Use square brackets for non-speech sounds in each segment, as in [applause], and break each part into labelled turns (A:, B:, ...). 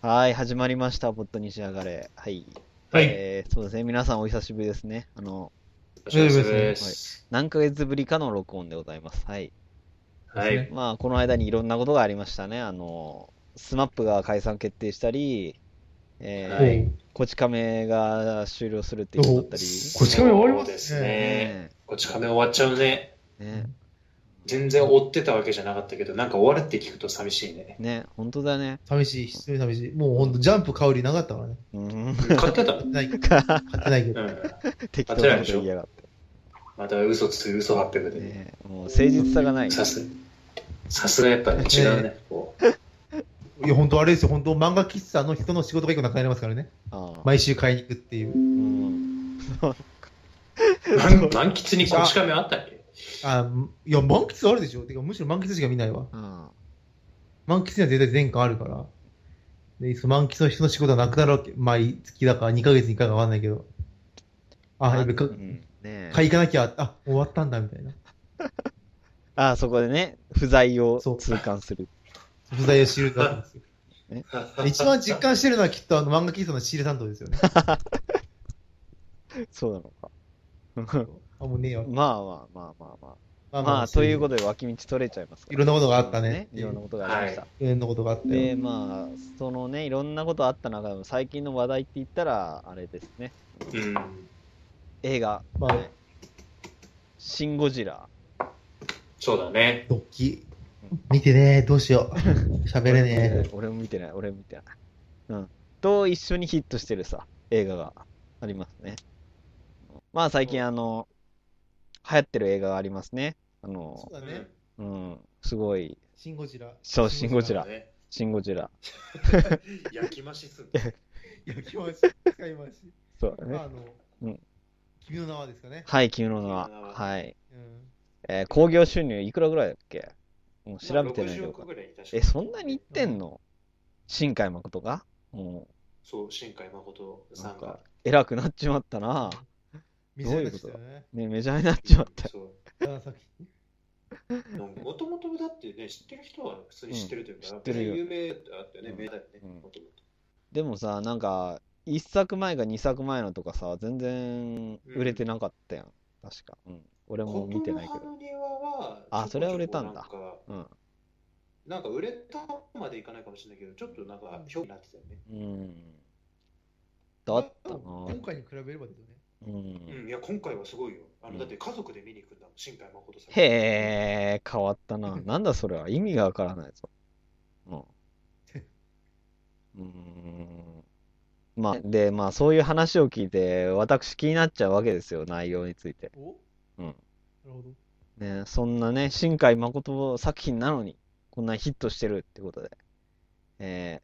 A: はい、始まりました、ポットに仕上がれ。はい。
B: はい。
A: えー、そうですね、皆さんお久しぶりですね。あの、
B: お久しぶりです、
A: はい、何ヶ月ぶりかの録音でございます。はい。
B: はい。
A: まあ、この間にいろんなことがありましたね。あの、スマップが解散決定したり、えー、はい、こち亀が終了するっていうことだったり。
B: こち亀終わります、ね、ね。こち亀終わっちゃうね。
A: ね
B: 全然追ってたわけじゃなかったけど、なんか終わるって聞くと寂しいね。
A: ね、本当だね。
C: 寂しい、非常に寂しい。もう本当、ジャンプ買うりなかったからね。
A: うん。 [laughs]
B: 買ってた、
C: ない。買ってないけど。うん
A: 適当なこと言いやがって。
B: また嘘つく、嘘張ってくで、ね。
A: もう誠実さがない。。
B: さすさすがやっぱね、違うね。ねこう
C: いや、本当あれですよ。本当漫画喫茶の人の仕事が一個なくなりますからね。毎週買いに行くっていう。うん
B: 満喫にこち亀あったっけ
C: あいや、満喫あるでしょ。てか、むしろ満喫しか見ないわ。うん、満喫には絶対全巻あるから。で、満喫の人の仕事はなくなるわけ。毎月だから、2ヶ月に1回かわかんないけど。あ、やべ、か、うん、ね、買い行かなきゃ、あ、終わったんだ、みたいな。
A: あ、そこでね、不在を痛感する。
C: 不在を知るわけですよ。ね、一番実感してるのはきっとあの漫画喫茶の仕入れ担当ですよ
A: [laughs]
C: ね。
A: そうなのか。
C: あ、もうねえよ。
A: まあまあまあまあまあ。まあ、まあ、ということで脇道取れちゃいます
C: いろんなことがあったね。
A: いろんなことがありました。
C: いろんなことがあった
A: で、まあ、そのね、いろんなことあった中でも最近の話題って言ったら、あれですね。
B: うん。
A: 映画。
C: まあ、
A: シン・ゴジラ。
B: そうだね。
C: ドッキ。見てねどうしよ
A: [laughs]
C: う。喋れね
A: え俺も見てない、俺も見てない。うん。と一緒にヒットしてるさ、映画がありますね。まあ最近あの、流行ってる映画がありますね。あの、
C: そうだね。
A: うん、すごい。
C: シン・ゴジラ。
A: そう、シン・ゴジラ。シン・ゴジラ。
B: 焼き増しすん
C: 焼き増し、使い増し。
A: そうだね。まあ、あ
C: の、うん。君の名はですかね。
A: はい、君の名は。はい。うん、えー、興行収入いくらぐらいだっけもう調べてないけど。え、そんなにいってんの、うん、新海誠がも
B: う。そう、新海誠さんが。
A: 偉くなっちまったな。
C: どういうこと
A: だねメジャーになっちまった。 [laughs]
B: もともとだってね、知ってる人は普通に知ってるというか、うん、知ってる有名だったよね、名だよね、もともと。
A: でもさ、なんか、1作前が2作前のとかさ、全然売れてなかったやん、うん、確か。うん。俺も見てないけど。あ、それは売れたんだ。うん。
B: なんか売れたまでいかないかもしれないけど、ちょっとなんか、評価になってたよね。
A: うん。だったな。
C: 今回に比べればだよね。
A: うん、
B: うん、いや今回はすごいよあの、うん、だって家族で見に行くんだもん新海誠さん
A: へえ変わったななんだそれは意味がわからないぞうんうんまあでまあそういう話を聞いて私気になっちゃうわけですよ内容についてうんな
C: るほど
A: ねそんなね新海誠作品なのにこんなヒットしてるってことでえ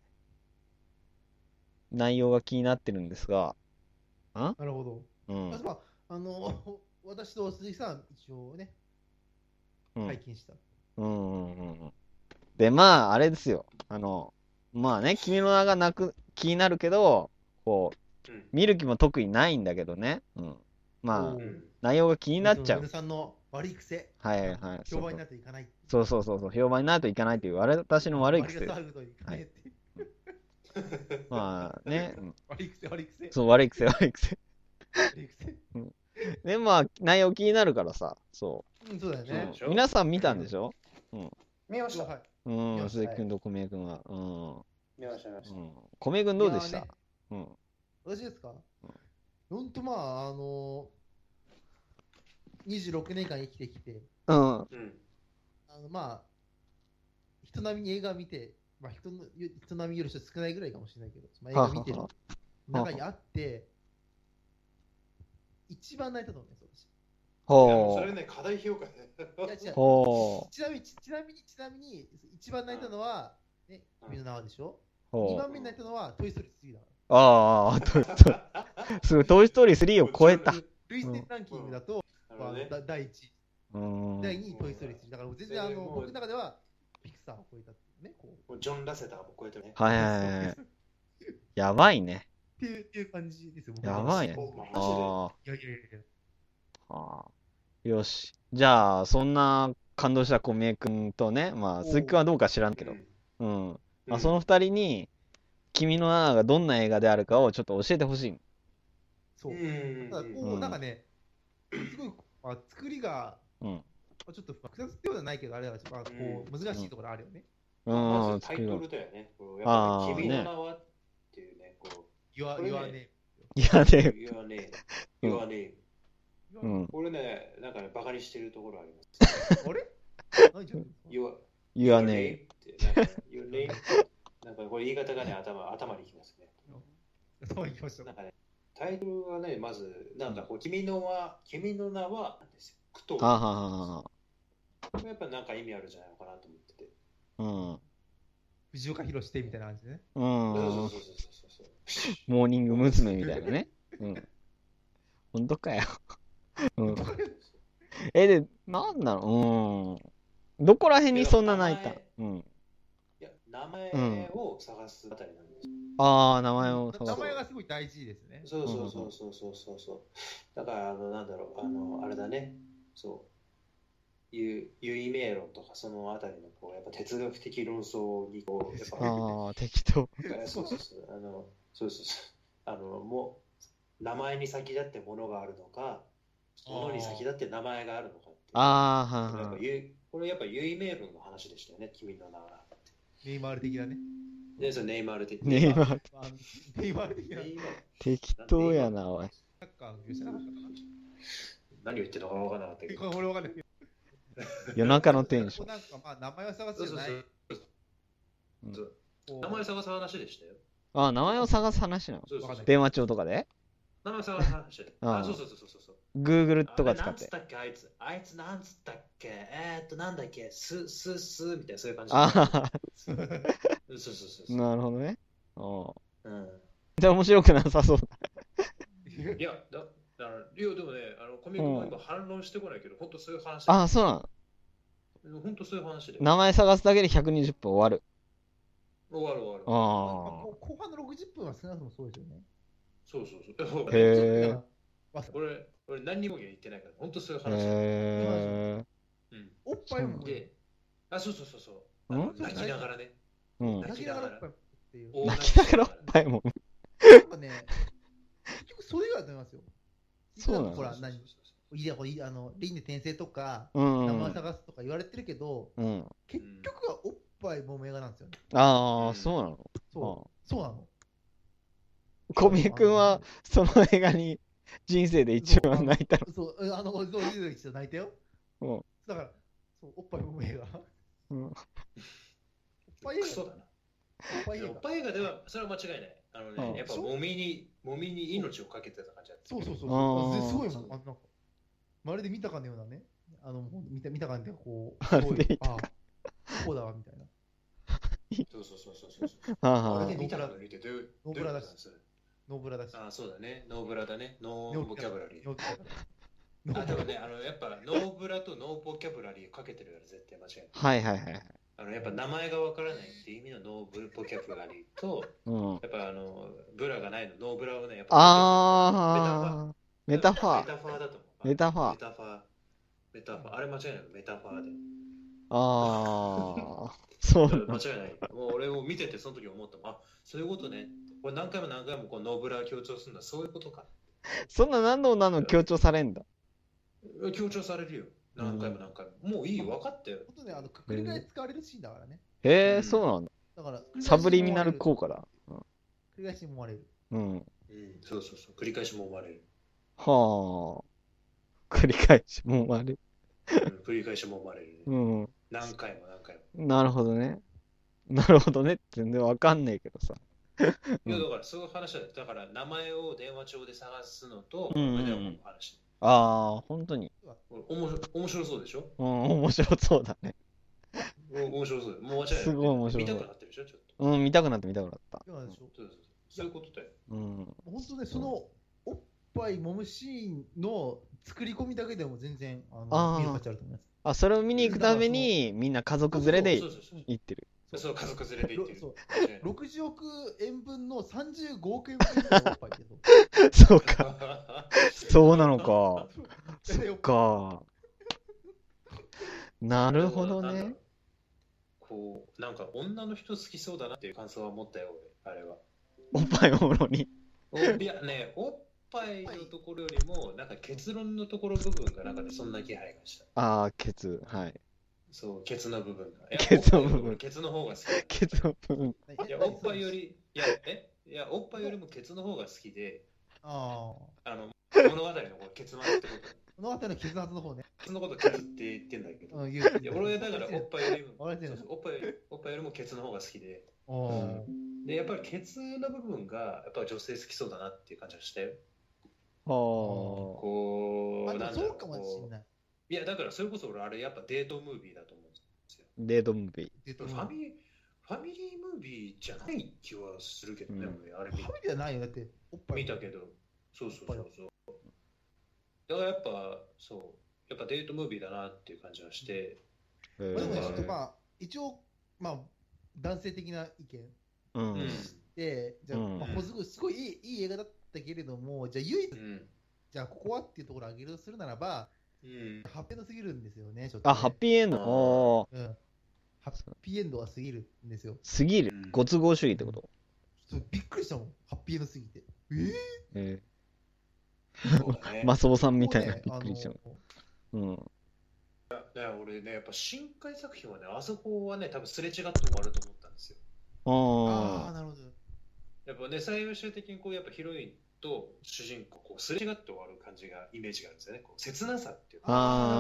A: ー、内容が気になってるんですが
C: あなるほど
A: うん、
C: あまあ、あの、 [laughs] 私と鈴木さん、一応ね、拝見した。
A: うん、うんうんうん。で、まあ、あれですよ。あの、まあね、君の名がなく、気になるけど、こう、見る気も特にないんだけどね。うん。まあ、うん、内容が気になっちゃう。
C: さんの悪い癖。
A: はいはい。
C: 評判になっていかない。
A: そうそうそうそう、評判になるといかないという、私の悪い癖。
C: 悪いといかないって。
A: はい、ま
C: [laughs]
A: あね、うん。
C: 悪い癖、悪い癖。、
A: そう、悪い癖、悪い癖。 [laughs] でまあ内容気になるからさそう
C: うん、そうだよね、
A: 皆さん見たんでしょ、うん、
B: 見ましたはい
A: うん鈴木君と小宮君はうん
B: 見ました見ました、うん、
A: 小宮君どうでした、ね、うん
C: 私ですか、うん、ほんとまああのー、26年間生きてきて
A: うん、うん、
C: あのまあ人並みに映画見て、まあ人、人人並みより少ないぐらいかもしれないけど、まあ、映画見てる中にあって、一番泣いたと思うね、私。
A: ほ
B: う。それね、課題評価ね。 [laughs]
A: ほ
C: う。ちなみに、ちなみに、ちなみに、一番泣いたのは、ね、君の名はでしょ
A: ほ
C: う。2番目に泣いたのは、トイ・ストーリー3だ。
A: ああ、トイ・ストーリー。す [laughs] ごい、トイ・ストーリー3を超えた。
C: 累積ランキングだと、まあ、第1
A: 位。
C: 第2位、トイ・ストーリー3。だから、全然、あの、僕の中では、ピクサーを超えた。ね、
B: こう。ジョン・ラセターも超えてね。
A: はいはいはい。やばいね。
C: っていうっていう感じですよ。
A: やばいね。
C: ああ。いやいやいや。
A: はあ。よし。じゃあ、そんな感動した小宮君とね、まあ、鈴木君はどうか知らんけど、うん。まあ、その二人に、君の名がどんな映画であるかをちょっと教えてほしい。
C: そう。
B: ん
C: ただこうなんかね、すごい、まあ、作りが、
A: うん。
C: まあちょっと複雑ではないけど、あれだから、まあ、こう難しいところあるよね。
A: うん、
B: まずタイトルだよね。こうやっ
A: あ
B: ぱ
A: ー
B: り君の名はっていうね、こ
C: 言わ
B: これ
C: 言
B: ね
C: わね
A: いや
B: う、
A: ね、
B: 言わね
A: [laughs] う
B: え、
A: ん
B: 言わねえ。
C: え。
A: うん。
B: これね、なんかね、バカにしてるところあります。
C: あれ何じゃ
B: 言わ
A: 言わね
B: えって。なんか言わねえって [laughs] なんかこれ言い方がね、頭頭にきますね。
C: そう言いました
B: なん。かね、タイトルはね、まず、なんかこう、君のは、君の名は、なんですよ。苦闘
A: え。あははは
B: これやっぱなんか意味あるんじゃないのかなと思ってて。
A: は。
C: 藤岡弘してみたいな感じでね。
A: うん。
B: そうそううんそ。うそうそうそう。
A: モーニング娘。みたいなね。うん。本当かよ。 [laughs] うん。
B: [laughs]
A: え、で、なんだろう。うん。どこら辺にそんな泣いたうん。
B: いや、名前を探すあたりなんですよ。
A: ああ、名前を探
C: 名
A: そう
C: 前がすごい大事ですね。
B: そうそうそうそうそうそうそう。だから、あの、なんだろう、あの、あれだね、そう。ゆゆい迷路とかそのあたりのこうやっぱ哲学的論争にこうやっぱ
A: ああ、適当。
B: えーそうそうそう。あの、そうそうそう。あの、もう、名前に先立ってものがあるのか、ものに先立って名前があるのかって。
A: あ
B: こ
A: あ、は
B: れやっぱ
A: ん
B: ゆいこれやっぱ有意名分の話でしたよね、君の名は。
C: ネイマール的なね。
B: で、そのネイマール的
A: ねえ、まあ、
C: まあネイマール的な。
B: ネイマール
A: 適当やな、おい。
C: サッカーの業者なかったかな。
B: 何を言ってたか分からなかったけど。
C: これ俺わかんないけど。
A: 夜中のテンション。
C: なんかまあ名前を探す
B: そう
C: じ
B: そ
C: ゃ
B: う
C: ない。
A: う
B: そ
A: ん
B: う。そう。名前探す話でしたよ。
A: ああ、名前を探す話なの。
B: そうそう
C: わ
B: そ
C: か
B: う
A: [laughs]
C: っ。
A: 電話帳とかで
B: 名前探す話で。
A: ああ
B: あ、そうそうそうそうそう。
A: ?Google
B: あ
A: とか
B: れ
A: 使
B: なん
A: っ。
B: つってたっけ、あいつ。あいつなんつったっけ。えー、っと、なんだっけ。す、す、す、みたいな、そういう感じ。
A: あ
B: そうそうそ
A: あ、
B: うそう。
A: なるほどね。お
B: うん
A: じゃあ面白くなさそうだ。
C: [laughs]
B: いや、だだからいやでもね、あのコミックも今反論してこないけど、本当そういう話
A: ああ、そうなの。
B: 本当そういう話で。
A: 名前探すだけで120分終わる。
B: 終わる終わる。
A: あ
C: 後後半の60分は少なくともそうですよね。
B: そうそうそう。
A: あ。へ
C: だ
A: え
C: か。ら
B: これ、俺何にも言ってないから、本当そういう話だ。
A: へえ。
B: うん
C: おっぱいも
B: で、あ、そうそうそうそう。あ
A: ん
B: の泣きながらね。
A: うん。
C: 泣きながらおっぱいもっていう。
B: 大
A: 泣きながらおっぱいも。
C: なんかね、結局それ以外だと思いますよ。
A: そうなの
C: 実はほら、何
B: そうそうそうそう
C: いや、ほらいいあの、輪廻転生とか、
A: う
C: 名
A: ん。う
C: 前
A: ん
C: 探すとか言われてるけど、
A: うん。
C: 結局はおっぱいも映画なんですよね。
A: あ
B: う
A: あ、
B: ん
A: そうなの。
C: そう。そうなの。
A: 小宮君は、その映画に人生で一番泣いたの。
C: そう、えあの、そう、そう、そう泣いたよ。
A: うん
C: だから、そう、おっぱいも映画。
A: うん
C: おっぱい映
B: ク
C: 画。
B: ソ
C: おっ
B: だな。
C: ぱい
B: い
C: 映
B: やおっ
C: 画。
B: ぱい映画では、それは間違いない。あの
A: うん
B: ね、やっぱもみに、もみに命をかけてた感じだった。
C: そうそうそう
A: あ
C: そう。
A: ー
C: すごいもん。あのなんかまるで見たかのようなね。あの、ほんと見た、見たかのようなこう、
A: まるで見
C: ああ、こうだわ、みたいな。
B: そうそうそうそうそうそう。あ
A: あ
B: れ
A: あ
B: で。見たら見て、どういう。
C: ノーブラだ
B: どういうことなんです
C: ノーブラだし。
B: あ、そうだね。ノーブラだね。ノ
C: ノー
B: ーボキャブラリー。
C: ノーブラだノ
B: あ
C: ー
B: で
C: ブ
B: も
C: ラだ
B: ね、あのやっぱノーブラとノーボキャブラリーかけてるから絶対間違いない。
A: はいはいはい。
B: あのやっぱ名前がわからないっていう意味のノーブルボキャブラリーと、
A: うん。
B: やっぱあのブラがないのノーブラをね、やっぱ
A: ああ。メタファー。
B: メタファーだと思う。
A: メタファー
B: メタファー。メタファー。あれ間違いないメタファーで。
A: ああ。そうな
B: 間
A: の。
B: 違いない。もう俺も見ててその時思ったもんあ、そういうことね。これ何回も何回もこうノーブラ強調するんだ。そういうことか。
A: そんな何度も何度も強調されんだ。
B: 強調されるよ。何回も何回も。もういいよ、分かったよ。
C: 本当ね、あの、くくり返し使われるシーンだからね。
A: へ
B: う
A: え、
B: ん
A: そうなんだ。
C: だから、
A: サブリミナル効
C: 果。
A: 果だ。うん
C: 繰り返し思われる。
A: うん。
B: うん、そうそうそう。繰り返しも生ま
A: [laughs]
B: れる。
A: はあ。繰り返し、もうあれ。
B: うん繰り返しも生まれるね、
A: うん。
B: 何回も何回も。
A: なるほどね。なるほどね。全然わかんねえけどさ。うん
B: いやだからそういう話だよ。だから名前を電話帳で探すのと、
A: うんうんうん
B: これではもう話。
A: ああ、本当に。
B: おもし面白そうでしょ
A: うん、面白そうだね。
B: お面白そうで。もう間違いない。
A: すごい面白
B: 見
A: そ
B: た
A: う
B: くなってるでしょちょっと。
A: うん、見たくなった見たくなった。
C: そうなんでしょう。
B: そうそうそうそういうことだよ。
A: うん。
C: 本当ね、そのおっぱい揉むシーンの作り込みだけでも全然あ
A: あー
C: の見る価値あると思います。
A: あ、それを見に行くために、みんな家族連れで
B: そうそうそう
A: 行ってる。
B: そう。そう、家族連れて行ってる。
C: そう
B: 間違いない
C: 60億円分の35億円分のおっぱいってこ
A: そうか。
B: [laughs]
A: そうなのか。
C: と
A: そっか。なるほど
B: なん
A: ね
B: か。こう、なんか女の人好きそうだなっていう感想は持ったよ、俺あれは。
A: おっぱいおもろに。
B: いやね、おっぱいのところよりも、なんか結論のところ部分がなんかね、そんな気配がした。
A: ああ、ケツ。はい。
B: そう、ケツの部分が。いや
A: ケツの部分
B: おっぱいよりもケツの方が好き。
A: ケツの部分。
B: いや、おっぱいより、いや、えいや、おっぱいよりもケツの方が好きで、
C: ああ。
B: あの、物語のこうケツマってこと。
C: 物語の傷発の方ね。
B: ケツのことケツって言ってんだけど。
C: うん、言う
B: いや、俺はだからおっぱいよりも、
C: 笑えてる
B: そうそうおっぱいよりおっぱいよりもケツの方が好きで。
C: お
B: で、やっぱりケツの部分が、やっぱ女性好きそうだなっていう感じがしたよ。
A: は
B: こ
C: ー
B: う、
C: あ、で
B: な
C: も
B: んだ
C: そ
B: ろ
C: うかもしん
B: こ
C: ない。
B: ういや、だからそれこそ俺、あれやっぱデートムービーだと思うんですよ。
A: あ。デートムービー。
C: デート
B: フ
C: ムー
B: ァ
C: ビー
B: ミリー、ファミリームービーじゃない気はするけどね、
A: うん
B: 俺あれ
C: ファ
B: 見
C: ミリーじゃないよ。だって、おっぱい。
B: 見たけど、そうそうそうそう。だからやっぱ、そう、やっぱデートムービーだなっていう感じがして、
A: え
C: まあでもね、ちょっと
A: ー
C: まあ、一応、まあ、男性的な意見
A: う。
B: うんん、
C: で、じゃあ、
A: うん
C: まあほずくすごいいいいい映画だったけれども、じゃあ、唯一
B: う、ん、
C: じゃあ、ここはっていうところを挙げるとするならば、
B: うん、
C: ハッピーエンドすぎるんですよね、ちょっと、ね。
A: あ、ハッピーエンド。おー。
C: ー。うん。ハッピーエンドはすぎるんですよ。
A: すぎる
B: うん。
A: ご都合主義ってこと。
C: ちょっとびっくりしたもん、ハッピーエンドすぎて。えー
A: え
B: そうだね
A: ー、。マスオさんみたいな。
C: も
A: びっ
C: うね
A: くりしちゃう。
C: あの
A: うん。
B: ね、俺ね、やっぱ深海作品はね、あそこはね、多分すれ違って終わると思ったんですよ。
C: ああ、
A: あ
C: なるほど。
B: やっぱね、最終的にこう、やっぱヒロインと主人公、こうすれ違って終わる感じが、イメージがあるんですよね。こう切なさっていう
A: あ。
B: か、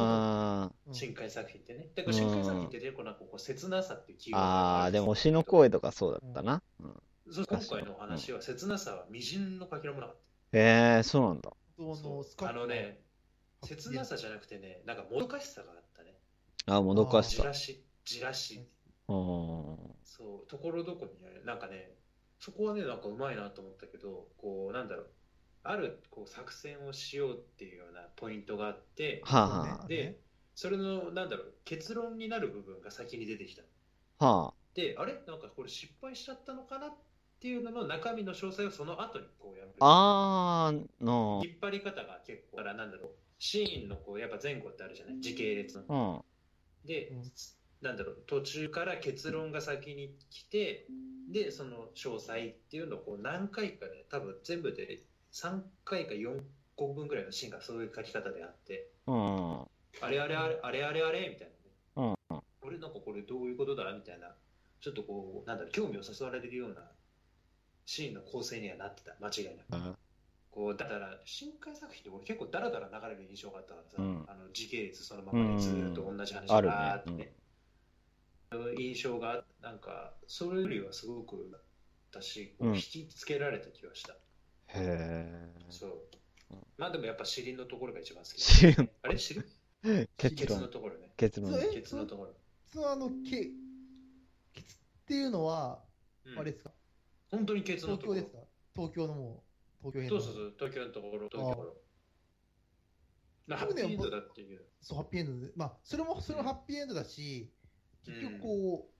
A: あ
C: うん
B: 深海作品ってね。だから深海作品って結構なんかこう、切なさっていうキ
A: あ。
B: ーワードが
A: ああ、
B: るん
A: でも、
B: す
A: 推しの声とかそうだったな。うん
B: そう今回のお話は、切なさは微塵のかけらもなかっ
A: えー、そうなんだ。
C: 本当のスカ
B: た。あ
C: ッ
B: の
C: と
B: ね、切なさじゃなくてね、なんかもどかしさがあったね。
A: あー、もどかし
B: じ
A: さ。
B: らし、じらし。
A: うん。
B: そう、ところどころにあるなんかね、そこはね、なんかうまいなと思ったけど、こう、なんだろう、あるこう作戦をしようっていうようなポイントがあって、
A: はあは
C: そうね
B: で、それの、なんだろう、結論になる部分が先に出てきた。
A: あ。は
B: で、あれなんかこれ失敗しちゃったのかなっていうのの中身の詳細をその後にこうやる。
A: あ。あー、の。
B: 引っ張り方が結構、だからなんだろう、シーンのこう、やっぱ前後ってあるじゃない、時系列の。
A: うん。
B: で、
C: うん
B: なんだろう途中から結論が先に来てでその詳細っていうのをこう何回かね多分全部で3回か4個分ぐらいのシーンがそういう書き方であって
A: うん。
B: あれあれあれあれあれあれみたいなね、
A: うん
B: 俺なんかこれどういうことだみたいなちょっとこうなんだろう興味を誘われるようなシーンの構成にはなってた間違いなく。こうだから深海作品って俺結構ダラダラ流れる印象があったからさ、
A: うん
B: あの時系列そのままでずーっと同じ話
A: うんあ
B: が
A: るね
B: バーってね、印象がなんかそれよりはすごく私
A: うん
B: 引きつけられた気がした、
A: へえ。
B: そう
A: うん
B: まあでもやっぱ尻のところが一番好き
A: シーン
B: あれ尻
A: 結
B: ケツの
A: 論。
B: ところね
A: 結論
C: そ。うえ
B: ケツのところ、
C: そのあの、ケ、ケツっていうのは、
B: うん
C: あれですか
B: 本当にケツの
C: 東
B: とこ
C: 京
B: ろ
C: ですか東京のもう、東京編
B: そう
C: の。
B: そうそう東京のところ東京のところなハ
C: 僕
B: ッ
C: ね
B: ピーエンドだっていう
C: そうハッピーエンドで。まあ、それも、それもハッピーエンドだし、結局こう、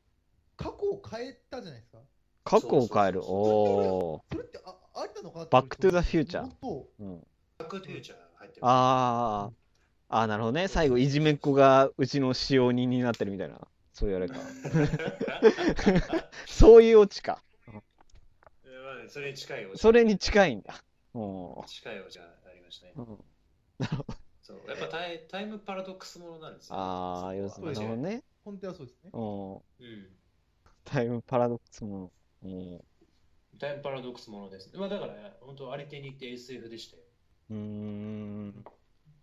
C: 過去を変えたじゃないですか。
A: 過去を変える。
B: そう
A: お
C: それってあありなのかなって
A: バックトゥザフューチャー
C: 本当
A: ー。うん。
B: バックトゥーチャー入ってる
A: ああ。あーなるほどね。最後、いじめっ子がうちの使用人になってるみたいな。そういうあれか。そういうオチか。
B: えーまあねそれに近いお
A: それに近いんだ。おー
B: 近いお茶がありましたね。
A: うん、
B: そうやっぱタイタイムパラドックスものなんですよ、
A: ああ、要す
B: そ
A: る
B: こは
A: に。なるほどね。
C: 本当はそうですね。
A: おー
B: うん。
A: タイムパラドックスも。おー
B: タイムパラドックスものです。まあだから、本当あれ系に行って SF でしたよ。
A: うーん。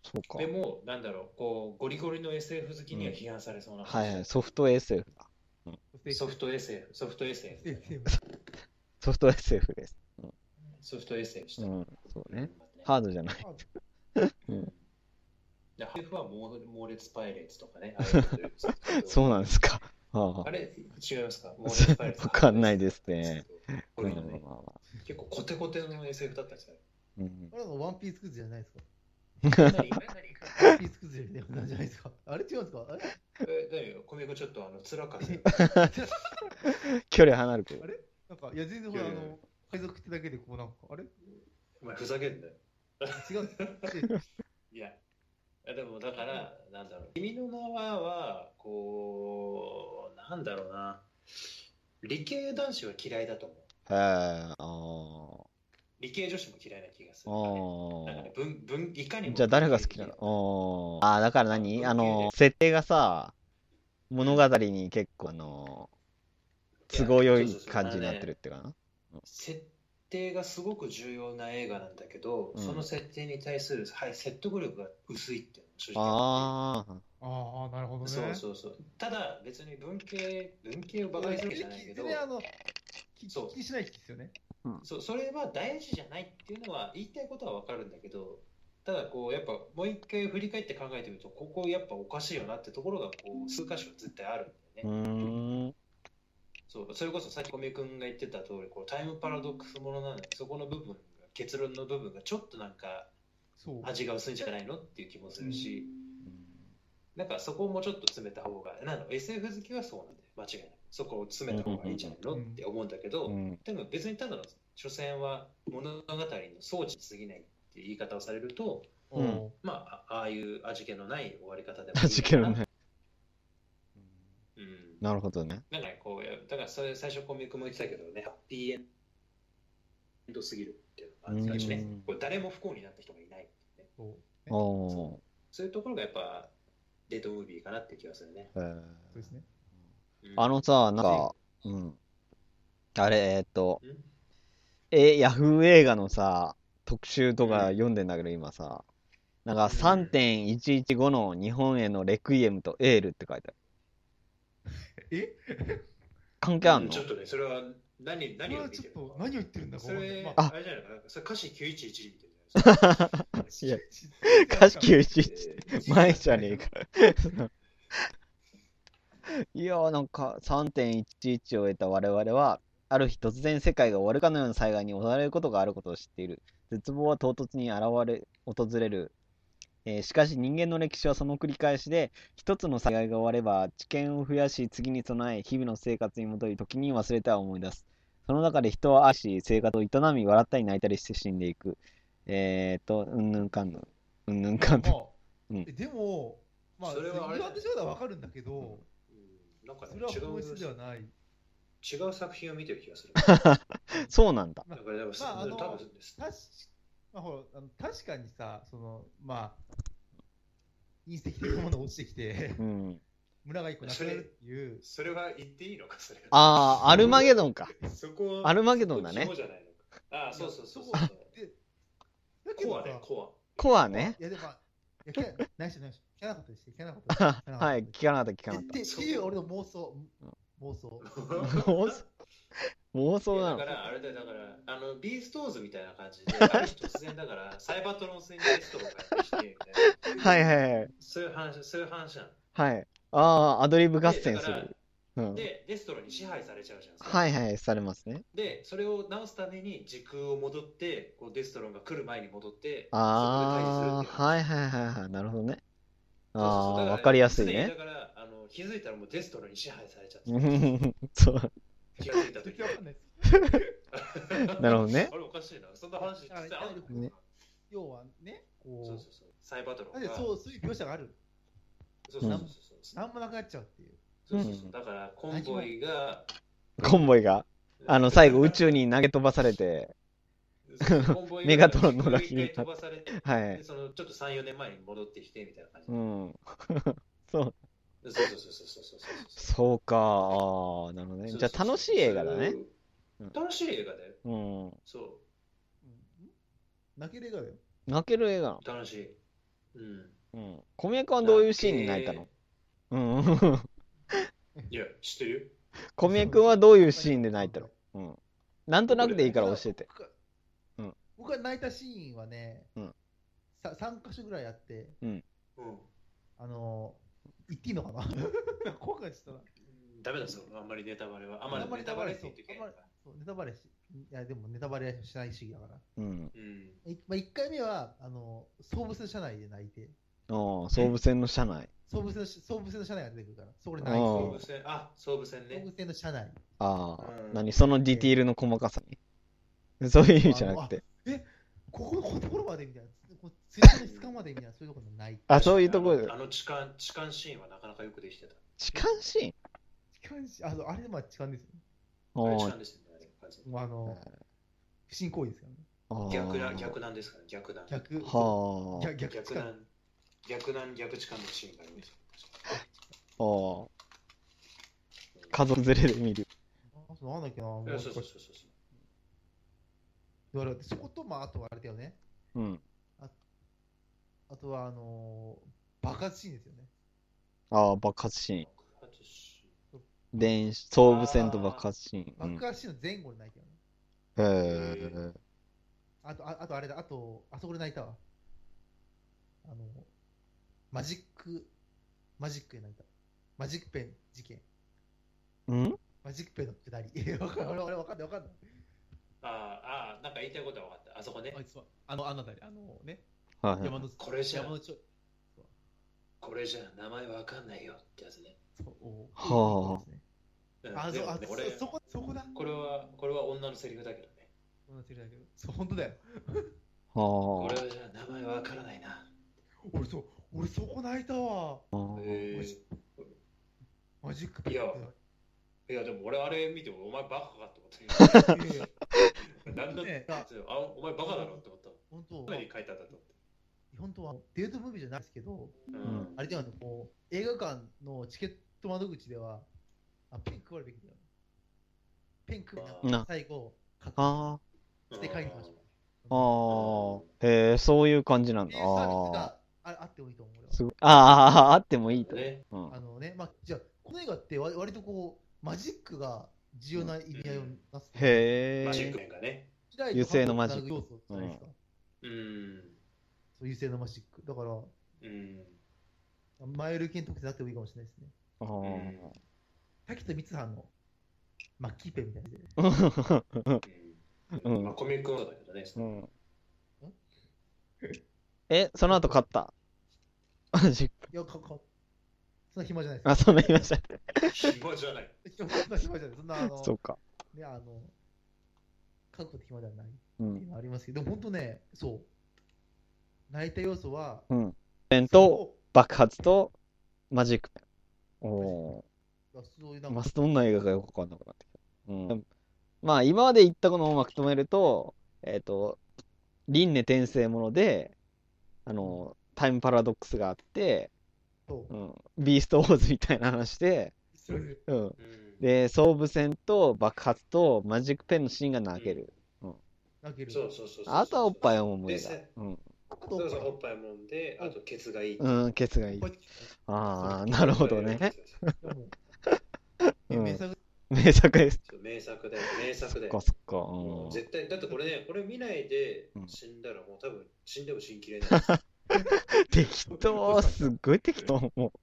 A: そうか
B: で。も、なんだろう、こう、ゴリゴリの SF 好きには批判されそうな
A: はいはい。ソフト SF だ。
B: ソフト SF、ソフト SF
C: え、、え
A: ソフト SF です。
B: ソフト SF でし
A: う
B: た。
A: ん。そうね。
B: は
A: ハードじゃない。 [laughs] うん
B: い。SF は猛猛烈パイレーツとか
A: [laughs]
B: ね。ああいうことですけど
A: そうなんですか。あ
B: あれ、違いますか猛烈パイレーツ
A: わかんないです
B: です
A: ね。
B: けどゴ
A: まあまあ
B: リの
A: ま
B: ね
A: あまあ
B: 結構コテコテの SF だったんですよ。
A: うん
C: あれのワンピースクズじゃないです
B: [laughs]
C: か。ワ
B: 何
C: ンピースクズじゃないですか。あれ違うんですかあれ
B: え、だよ、小宮君ちょっとあの、辛かった。
A: 距離離れてる。
C: なんか、いや、全然ほら、
B: い
C: あ
B: やいや
C: の、海賊ってだけで、こう、なんか、あれ
B: お前ふざけんなよ。
C: 違
B: [laughs]
C: うんですか
B: いや、いやでもだから、なんだろう。君の名は、こう、なんだろうな。理系男子は嫌いだと思う。
A: へえ、ああ
B: 系女子も嫌いな気がするなんかね。
A: お
B: なんかね文文いかに
A: ー
B: も
A: じゃあ誰が好きなの
B: 文系
A: おーあー、だから何あの、設定がさ、物語に結構あの、
B: い
A: 都
B: や
A: 合よ
B: そう
A: い
B: そうそう
A: 感じになってるっていうかな。
B: 設定がすごく重要な映画なんだけど、
A: うん
B: その設定に対する、はい、説得力が薄いっていうの正直
A: ああ、
C: ああ、なるほどね。
B: そうそうそうただ別に文系文系を
C: だ
B: バ
C: か
B: カ
C: ら
B: にす
C: そ
B: るわ
C: れ
B: けじゃないけ
C: 全
B: ど
C: 然あの、き
B: そう
C: 気にしないですよね。
B: そうそれは大事じゃないっていうのは言いたいことはわかるんだけどただこうやっぱもう一回振り返って考えてみるとここやっぱおかしいよなってところがこう数箇所絶対あるんだ
A: う
B: よね、
A: ーん。
B: そうそれこそさっき小宮君が言ってた通りこうタイムパラドックスものなんだけどそこの部分が結論の部分がちょっとなんか
C: そう。
B: 味が薄いんじゃないのっていう気もするし、なんかそこをもうちょっと詰めた方がなんだろう SF 好きはそうなんで間違いないそこを詰めた方がいいんじゃないの
C: うん
B: って思うんだけど、
A: うん
B: でも別にただの所詮は物語の装置に過ぎないっていう言い方をされると
A: うん
C: おー
B: まああああいう味気のない終わり方でもいい
A: 味気の
B: い、
A: ない。
B: うん、
A: なるほどね。
B: なんかねこうやだからそれ最初コミックも言ってたけどねハッピーエンドすぎるっていうのがあったしね
A: うん
B: これ誰も不幸になった人がいないっていうね
C: そう
A: おお
B: そういうところがやっぱデートムービーかなって気がするね、
A: ー。へ
C: そうですね。
B: うん
A: ーあのさ、なんか、うん。あれ、えーっと、
B: うん
A: え、ヤフー映画のさ、特集とか読んでんだけど、今さ、なんか3.115の日本へのレクイエムとエールって書いてある。
C: え
A: 関係あんの
B: ちょっとねそれは何
C: こ
B: 何
C: れ
B: を
C: は
B: 見て
C: ちょ
B: る
C: っ
B: の
C: と何を言ってるんだか
B: そ
C: わかんない
B: れ、
C: まあ
B: あ、れじゃないかな。それ歌詞911みたいなや
A: [laughs]
B: つ。
A: いや
C: 歌
A: 歌
C: 詞
A: 詞
C: 911
A: 911前じゃねえか。いやーなんか3.11を得た我々はある日突然世界が終わるかのような災害に襲われることがあることを知っている絶望は唐突に現れ訪れる、えーしかし人間の歴史はその繰り返しで一つの災害が終われば知見を増やし次に備え日々の生活に戻り時に忘れては思い出すその中で人は愛し生活を営み笑ったり泣いたりして死んでいくえー、っとうんぬんかんぬんうんぬんかんぬん
C: まあ
A: うん
C: えでも、まあ、
B: それはあれ
C: 言われてしまうのはわかるんだけど、
B: うんなんか
C: そ
B: ね
C: れは
B: 違
C: 本
B: う
C: 質ではない。
B: 違う作品を見てる気がする。
A: そうなんだ
B: だから、でもそ
C: まああの
B: 多分です
C: 確まあ、ほらあの確かにさ、その、まあ、隕石的なものが落ちてき
A: [laughs]
C: て
A: う、ん
C: 村が一個なくなるっていう、
B: それは言っていいのか、それは。
A: ああ、アルマゲドンか。
B: そこ
A: アルマゲドンだね
B: そうじゃないのか。ああ、そうそうそうそう。
C: で、だけ
B: コ
C: ど
B: アね
C: さ、、
B: コ
A: コアね。
C: いや、でも、いや、聞かないし、ないし、聞かなかったです、聞かなかったです。聞かなかった
A: はい、
C: です
A: 聞かなかった、聞かな
C: っ
A: かって
C: っていう俺の妄想、妄想。
B: ア。
A: た。妄想妄想ない
B: やだ
A: の
B: から、あれだよ、だから、あの、ビーストーズみたいな感じで、ある日突然だから、サイバトロン戦にゲストが入ってきて、みたいな。
A: はいはいはい。
B: そういう話、そういう話なの。
A: はい。ああ、アドリブ合戦す
B: でだから
A: る。うん。
B: で、レストランに支配されちゃうじゃん。
A: はいはい、されますね。
B: で、それを直すために時空を戻って、こうデストロンが来る前に戻って、
A: あ
B: そこで対峙するって
A: あ、
B: いう
A: はいはいはいはい。なるほどね。あ
B: そうそうそうだ
A: あ、
B: ら
A: わかりやすい
B: 常に
A: ね。
B: だから、あの気づいたらもうデストロンに支配されちゃって
A: う、ん [laughs] そう。
B: 気がついた
C: 全
B: 時
C: 然わかんないです。
A: なるほどね
B: あれおかしいな。そんな話実際あるの、
A: ね
C: 要はね、
B: そ
C: こ
B: うそうそう。サイバトロ
C: う、だっ
B: ン
C: て
B: が。
C: そうそういう描写がある。
B: そうそうそうそう。
C: なんもなくなっちゃうっていう。
B: そうそう
A: う
B: そ
A: ん
B: う。だから、コンボイが、
A: コンボイが、あの、最後宇宙に投げ飛ばされて、
B: そう、コンボイが
A: メガトロンの落
B: 一
A: 下に
B: 回飛ばされて、
A: はい
B: で。そのちょっと3、4年前に戻ってきてみたいな感じ
A: う。ん。 [laughs] そう、
B: そうそうそうそうそうそうそう。
A: そうか。ああ、なるほどね。じゃあ楽しい映画だね。うん
B: 楽しい映画だよ。
A: うん。
B: そ
C: うん泣ける映画だよ。
A: 泣ける映画なの
B: う、楽しい。うん。
A: うん。小宮君はどういうシーンに泣いたのうん。
B: いや、知ってる
A: 小宮君はどういうシーンで泣いたのうん。なんとなくでいいから教えて。
C: 僕が。
A: うん
C: 僕が泣いたシーンはね、
A: うん
C: さ3箇所ぐらいあって、
B: うん。
C: あのー、言っていいのかな [laughs] 怖くなっちゃったな。
B: ダメだぞ、あんまりネタバレは。あん
C: あんま
B: まり
C: り
B: ネタバレし
C: そ
B: て
C: う
B: いといけ
C: あん
B: な
C: ま
B: い
C: り
B: から。
C: そうネタバレし、いや、でもネタバレはしない主義だから。
A: うん。
B: うん。
C: いまあ、1回目は、あのー、総武線車内で泣いて、
A: ああ、総武線の車内。
C: 総武線の総武線の車内が出てくるから、そこで
A: あ
C: 泣いて、
A: ー
B: 総
C: 総
B: 武線、あ、総武線ね
C: 武。線の車内。
A: ああ
B: う、ん
A: 何そのディティールの細かさに。そういう意味じゃなくて。
C: ここのところまでみたいな、こう追加の質感までみたいな、そういうところない。
A: あ、そういうところで
B: あ。の痴漢、痴漢シーンはなかなかよくできてた。
A: 痴漢シーン
C: 痴漢し、あのあれでまあ痴漢ですよね。
B: あれ
A: お
B: 痴
A: ー
B: 漢ですよね、あれ完全に
C: もうあの
A: は、
C: 不審行為ですからね。
A: あ
B: 逆な逆なんですから、逆なん。
C: 逆、
A: はあ
C: 逆、逆
B: 逆
C: か。
B: なん、逆なん、逆痴漢のシーンがあります。
A: はあ家族連れで見る
C: あそうなんだっけな。も
B: いうや
C: 一
B: そう
C: 個
B: そうそうそうそう。
C: 言われてそこと、まあ、あとはあれだよね。
A: うん
C: あとは、あのー、爆発シーンですよね。
A: ああ爆発シーン
B: 爆発し
A: 電子総武線と爆発シーンうん
C: 爆発シーンの前後に泣いたよね。
A: へえ
C: あと、ああとあれだ、あと、あそこで泣いたわ。あの、マジック、マジックで泣いた。マジックペン事件。
A: うん
C: マジックペンのくだり。 [laughs] え、わかんない、俺わかんない、わかんない。
B: あーあー、なんか言いたいことは分かった。あそこね
C: あ。いつは、あの、あなたで、あのね、
A: はいはい
C: 山の、
B: これじゃん
C: 山のちょ、
B: これじゃ名前分かんないよってやつね。
C: そう、お
A: は
B: うん
C: あ。あ、
B: で
C: そう、
B: も
C: あ、
B: ね
C: そ
B: 俺、
C: そこ、そこだ。
B: これは、これは女のセリフだけどね。
C: このセリフだけどそう、本当だよ。
A: は
B: こ
A: あ
B: れはじゃ名前分からないな。
C: 俺、そう、俺そこ泣いたわ。
B: へ
C: マジックペン。
B: いやえ。いや、でも俺あれ見て、お前バカかって思
C: [laughs]
B: っ
C: いやいや
B: た。なんだっ
C: ねえ
B: て
C: いや。
B: あ、お前バカだろって思った。
C: 本当
B: コ、メディ書いてあったと思って。
C: 本当は、デートムービーじゃないですけど、
B: う
A: うん
B: ん
C: あれだよね、こう、映画館のチケット窓口では、あペン配るべきだよね。ペン配る
A: な
C: 最後、書く。
A: あ
C: で書いてました
A: あああへえそういう感じなん
C: ってい
A: だ
C: うサービス
A: あ
C: がああってもいいと思う、俺は
A: あすごいあああってもいいと
B: ね。
A: うん
C: あのね、まあ、じゃあ、この映画って割割とこう、マジックが重要な意味合いをなす。
A: へ
B: マジック
A: え
B: 面がね。
C: 未来と
A: 油性のマジック
C: 過去をつなぐ要素じゃないですか。
B: うん。
C: そう、油性のマジック。だから、
B: うん。
C: マイル券特典あってもいいかもしれないですね。
A: あ
B: うん
A: あ
C: 滝と光葉のマッキーペンみたいなやつで。
A: う
B: まあ、
A: ん
B: コミックもそうだけどね。
A: うんえその後買ったマジック
C: いや、かかそんな暇じゃないで
A: あ
C: す。
A: そんな言いました
B: 暇じゃない。
C: [laughs] そんな暇じゃない。そんな、あの、
A: そうか
C: ね、あの、覚悟で暇ではないっ
A: う
C: てい
A: ん
C: うのはありますけど、でも本当ね、そう、泣いた要素は、
A: うんペン
C: そ
A: と
C: こ
A: 爆発とマジックペン。お
C: をそういうな
A: お。
C: ん
A: ま
C: か
A: あ、どんな映画かよくわかんなくなってきた。うん。まあ、今まで言ったこのをうまく止めると、えっ、と、輪廻転生もので、あの、タイムパラドックスがあって、
C: そう
A: うん、ビーストウォーズみたいな話で、
C: それで
A: うん。
B: うん
A: で、総武線と爆発とマジックペンのシーンが泣ける。
C: 泣ける。
B: そうそうそうそうそう。
A: あとはおっぱいを揉む映
B: でせ
A: 画。
C: あと
B: そうそう、おっぱいもんで、あとケツがいい。
A: うん。うん、ケツがいい
C: こ。うやって
A: ああ、なるほどね。
C: でも
A: うん
C: 名作
A: 名作です。
B: そう名作だよ、名作
A: そ
B: だ
A: っ
B: よ
A: か。そっか。
B: も
A: う。
B: うん絶対、だってこれね、これ見ないで
A: うん
B: 死んだらもう多分死んでも死んきれ
A: [laughs]
B: ない。
A: 適当、すっごい適当、もう。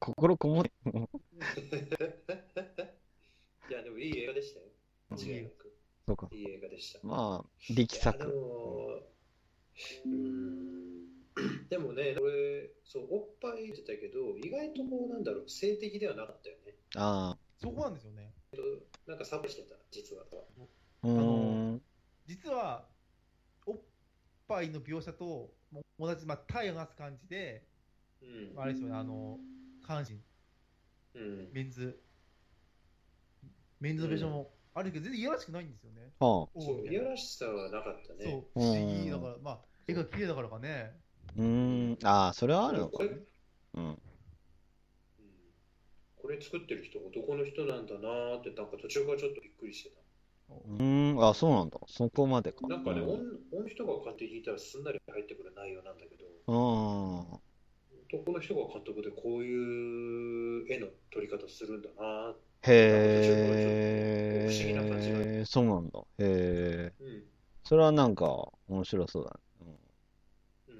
A: 心こもって、
B: いや、でもいい映画でしたよ。
A: うん
B: 間違いなく
A: そうか。
B: いい映画でした。
A: まあ、力
B: いやで
A: 作。
B: も、うん、でもね、これ、そう、おっぱい言ってたけど、意外とこう、なんだろう、性的ではなかったよね。
A: あ
C: そこなんですよね。
B: なんかサボしてた、実は。
A: あ。うーん。
C: 実は、おっぱいの描写と、もう同じ、まあ、体をなす感じで、
B: うん。
C: あれですよね、あの、関心、
B: うん、
C: メンズ、メンズの描写もあるけど、全然いやらしくないんですよね。
A: はあ。
C: お
B: そう
C: みた
B: い
C: い
B: や
C: な
B: らしさはなかったね。
C: そう、不思
A: う
C: 議
A: ん
C: だから、まあ、絵が綺麗だからかね。
A: うーん。ああ、それはあるの
B: こ
A: か
B: れ,、う。
A: うん。
B: ん、これ作ってる人、男の人なんだなーって、なんか途中からちょっとびっくりして
A: うーん。あ、そうなんだ。そこまでか。
B: た。なんかね、
A: う
B: 女女の人が勝手に弾いたらすんなり入ってくる内容なんだけど、
A: ん。あ
B: 男の人が監督でこういう絵の撮り方するんだなーっ
A: ー
B: て
A: へ
B: 不思議な感じが
A: え。そうなんだ。へえ。
B: うん
A: それはなんか、面白そうだね。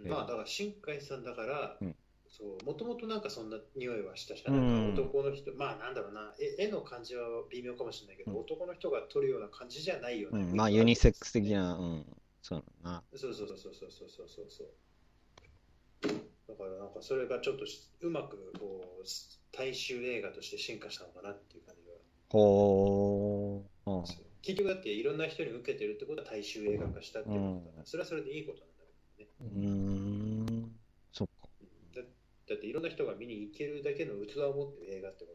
B: うんまあだから新海さんだから、
A: うん
B: そうもともとなんかそんな匂いはしたし、
A: うん
B: なんか男の人まあなんだろうなえ絵の感じは微妙かもしれないけど、
A: うん
B: 男の人が撮るような感じじゃないよ
A: う
B: ね、
A: ん。うん。まあ、ユニセックス的な、うん。そうだな。
B: そうそうそうそうそうそうそうそうだからなんかそれがちょっとしうまくこうす大衆映画として進化したのかなっていう感じが
A: ほー。うん。
B: する、結局だっていろんな人に受けてるってことは大衆映画化したっていうことだから、
A: うん
B: それはそれでいいことなんだけど
A: うー
B: ね
A: ん。そっか。
B: だだっていろんな人が見に行けるだけの器を持ってる映画ってこ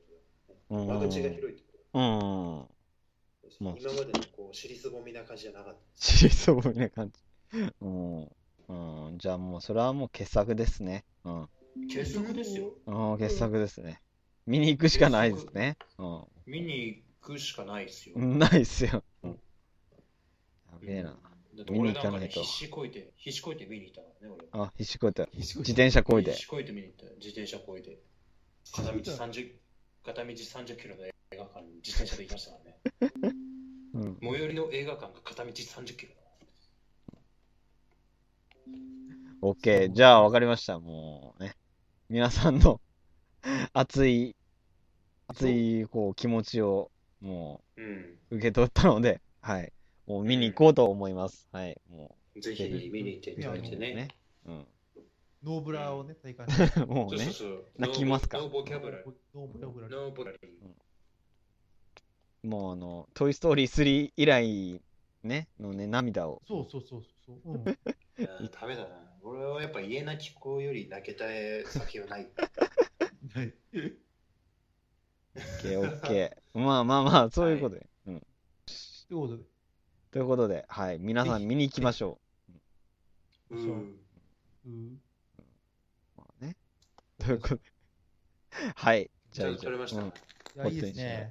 B: とだ、ね
A: うん
B: 間口が広いって
A: う
B: こ
A: ん。
B: と
A: もう
D: 今までのこう尻すぼみな感じじゃなかったです。
A: 知りそうみな感じ。うん。うん。じゃあもう、それはもう傑作ですね。うん。
B: 結束ですよ。
A: うん、傑作ですね。見に行くしかないですね。うん。
B: 見に行くしかないですよ。
A: ないっすよ。やべえな。
B: だって俺な
A: 見に行
B: んか
A: かな
B: ね、
A: いと
B: 必死こいて、必死こいて見に行ったからね、俺。
A: あ、必死こいて。
C: 必死こい
A: 自
C: て
A: 転車こいで
B: 必。死こいて見に行ったよ自転車こいで。片道30、片道30キロの映画館に自転車で行きました
A: [laughs]
B: からね。
A: うん。
B: 最寄りの映画館が片道30キロ。
A: オッケー。じゃあ、わかりました。もうね。皆さんの [laughs] 熱い、熱い、こう、気持ちを、も
B: うん。
A: う、受け取ったので、はい。もう見に行こうと思います。はい。も
B: ぜひ見に行っていただいて
A: う、
B: ね
A: ね。。うん。
C: ノーブラをね、体感して。
A: も
B: そううそう
A: ね。
B: そう。
A: 泣きますか
B: ノーボキャブラリー。
C: ノーブラをブラリー。
B: ノーボラリー。
A: もうあの、トイ・ストーリー3以来、ね、のね、涙を。
C: そうそうそうそう。 [laughs] うん、
B: いやー、ダメだな。俺はやっぱ家なき子より泣けたい先はない。
C: は
A: オ
C: い。
A: ッケー、オッケー。まあまあまあ、そういうことで。うん。
C: ということで、
A: ということで、はい。皆さん見に行きましょ
B: うん。
C: うん、
A: う。まあね。ということで。はい。じ
B: ち
A: ゃあ
B: ゃん
A: 以
B: と取
A: 上。
B: れました
A: うん
B: か。
C: いや、いいですね。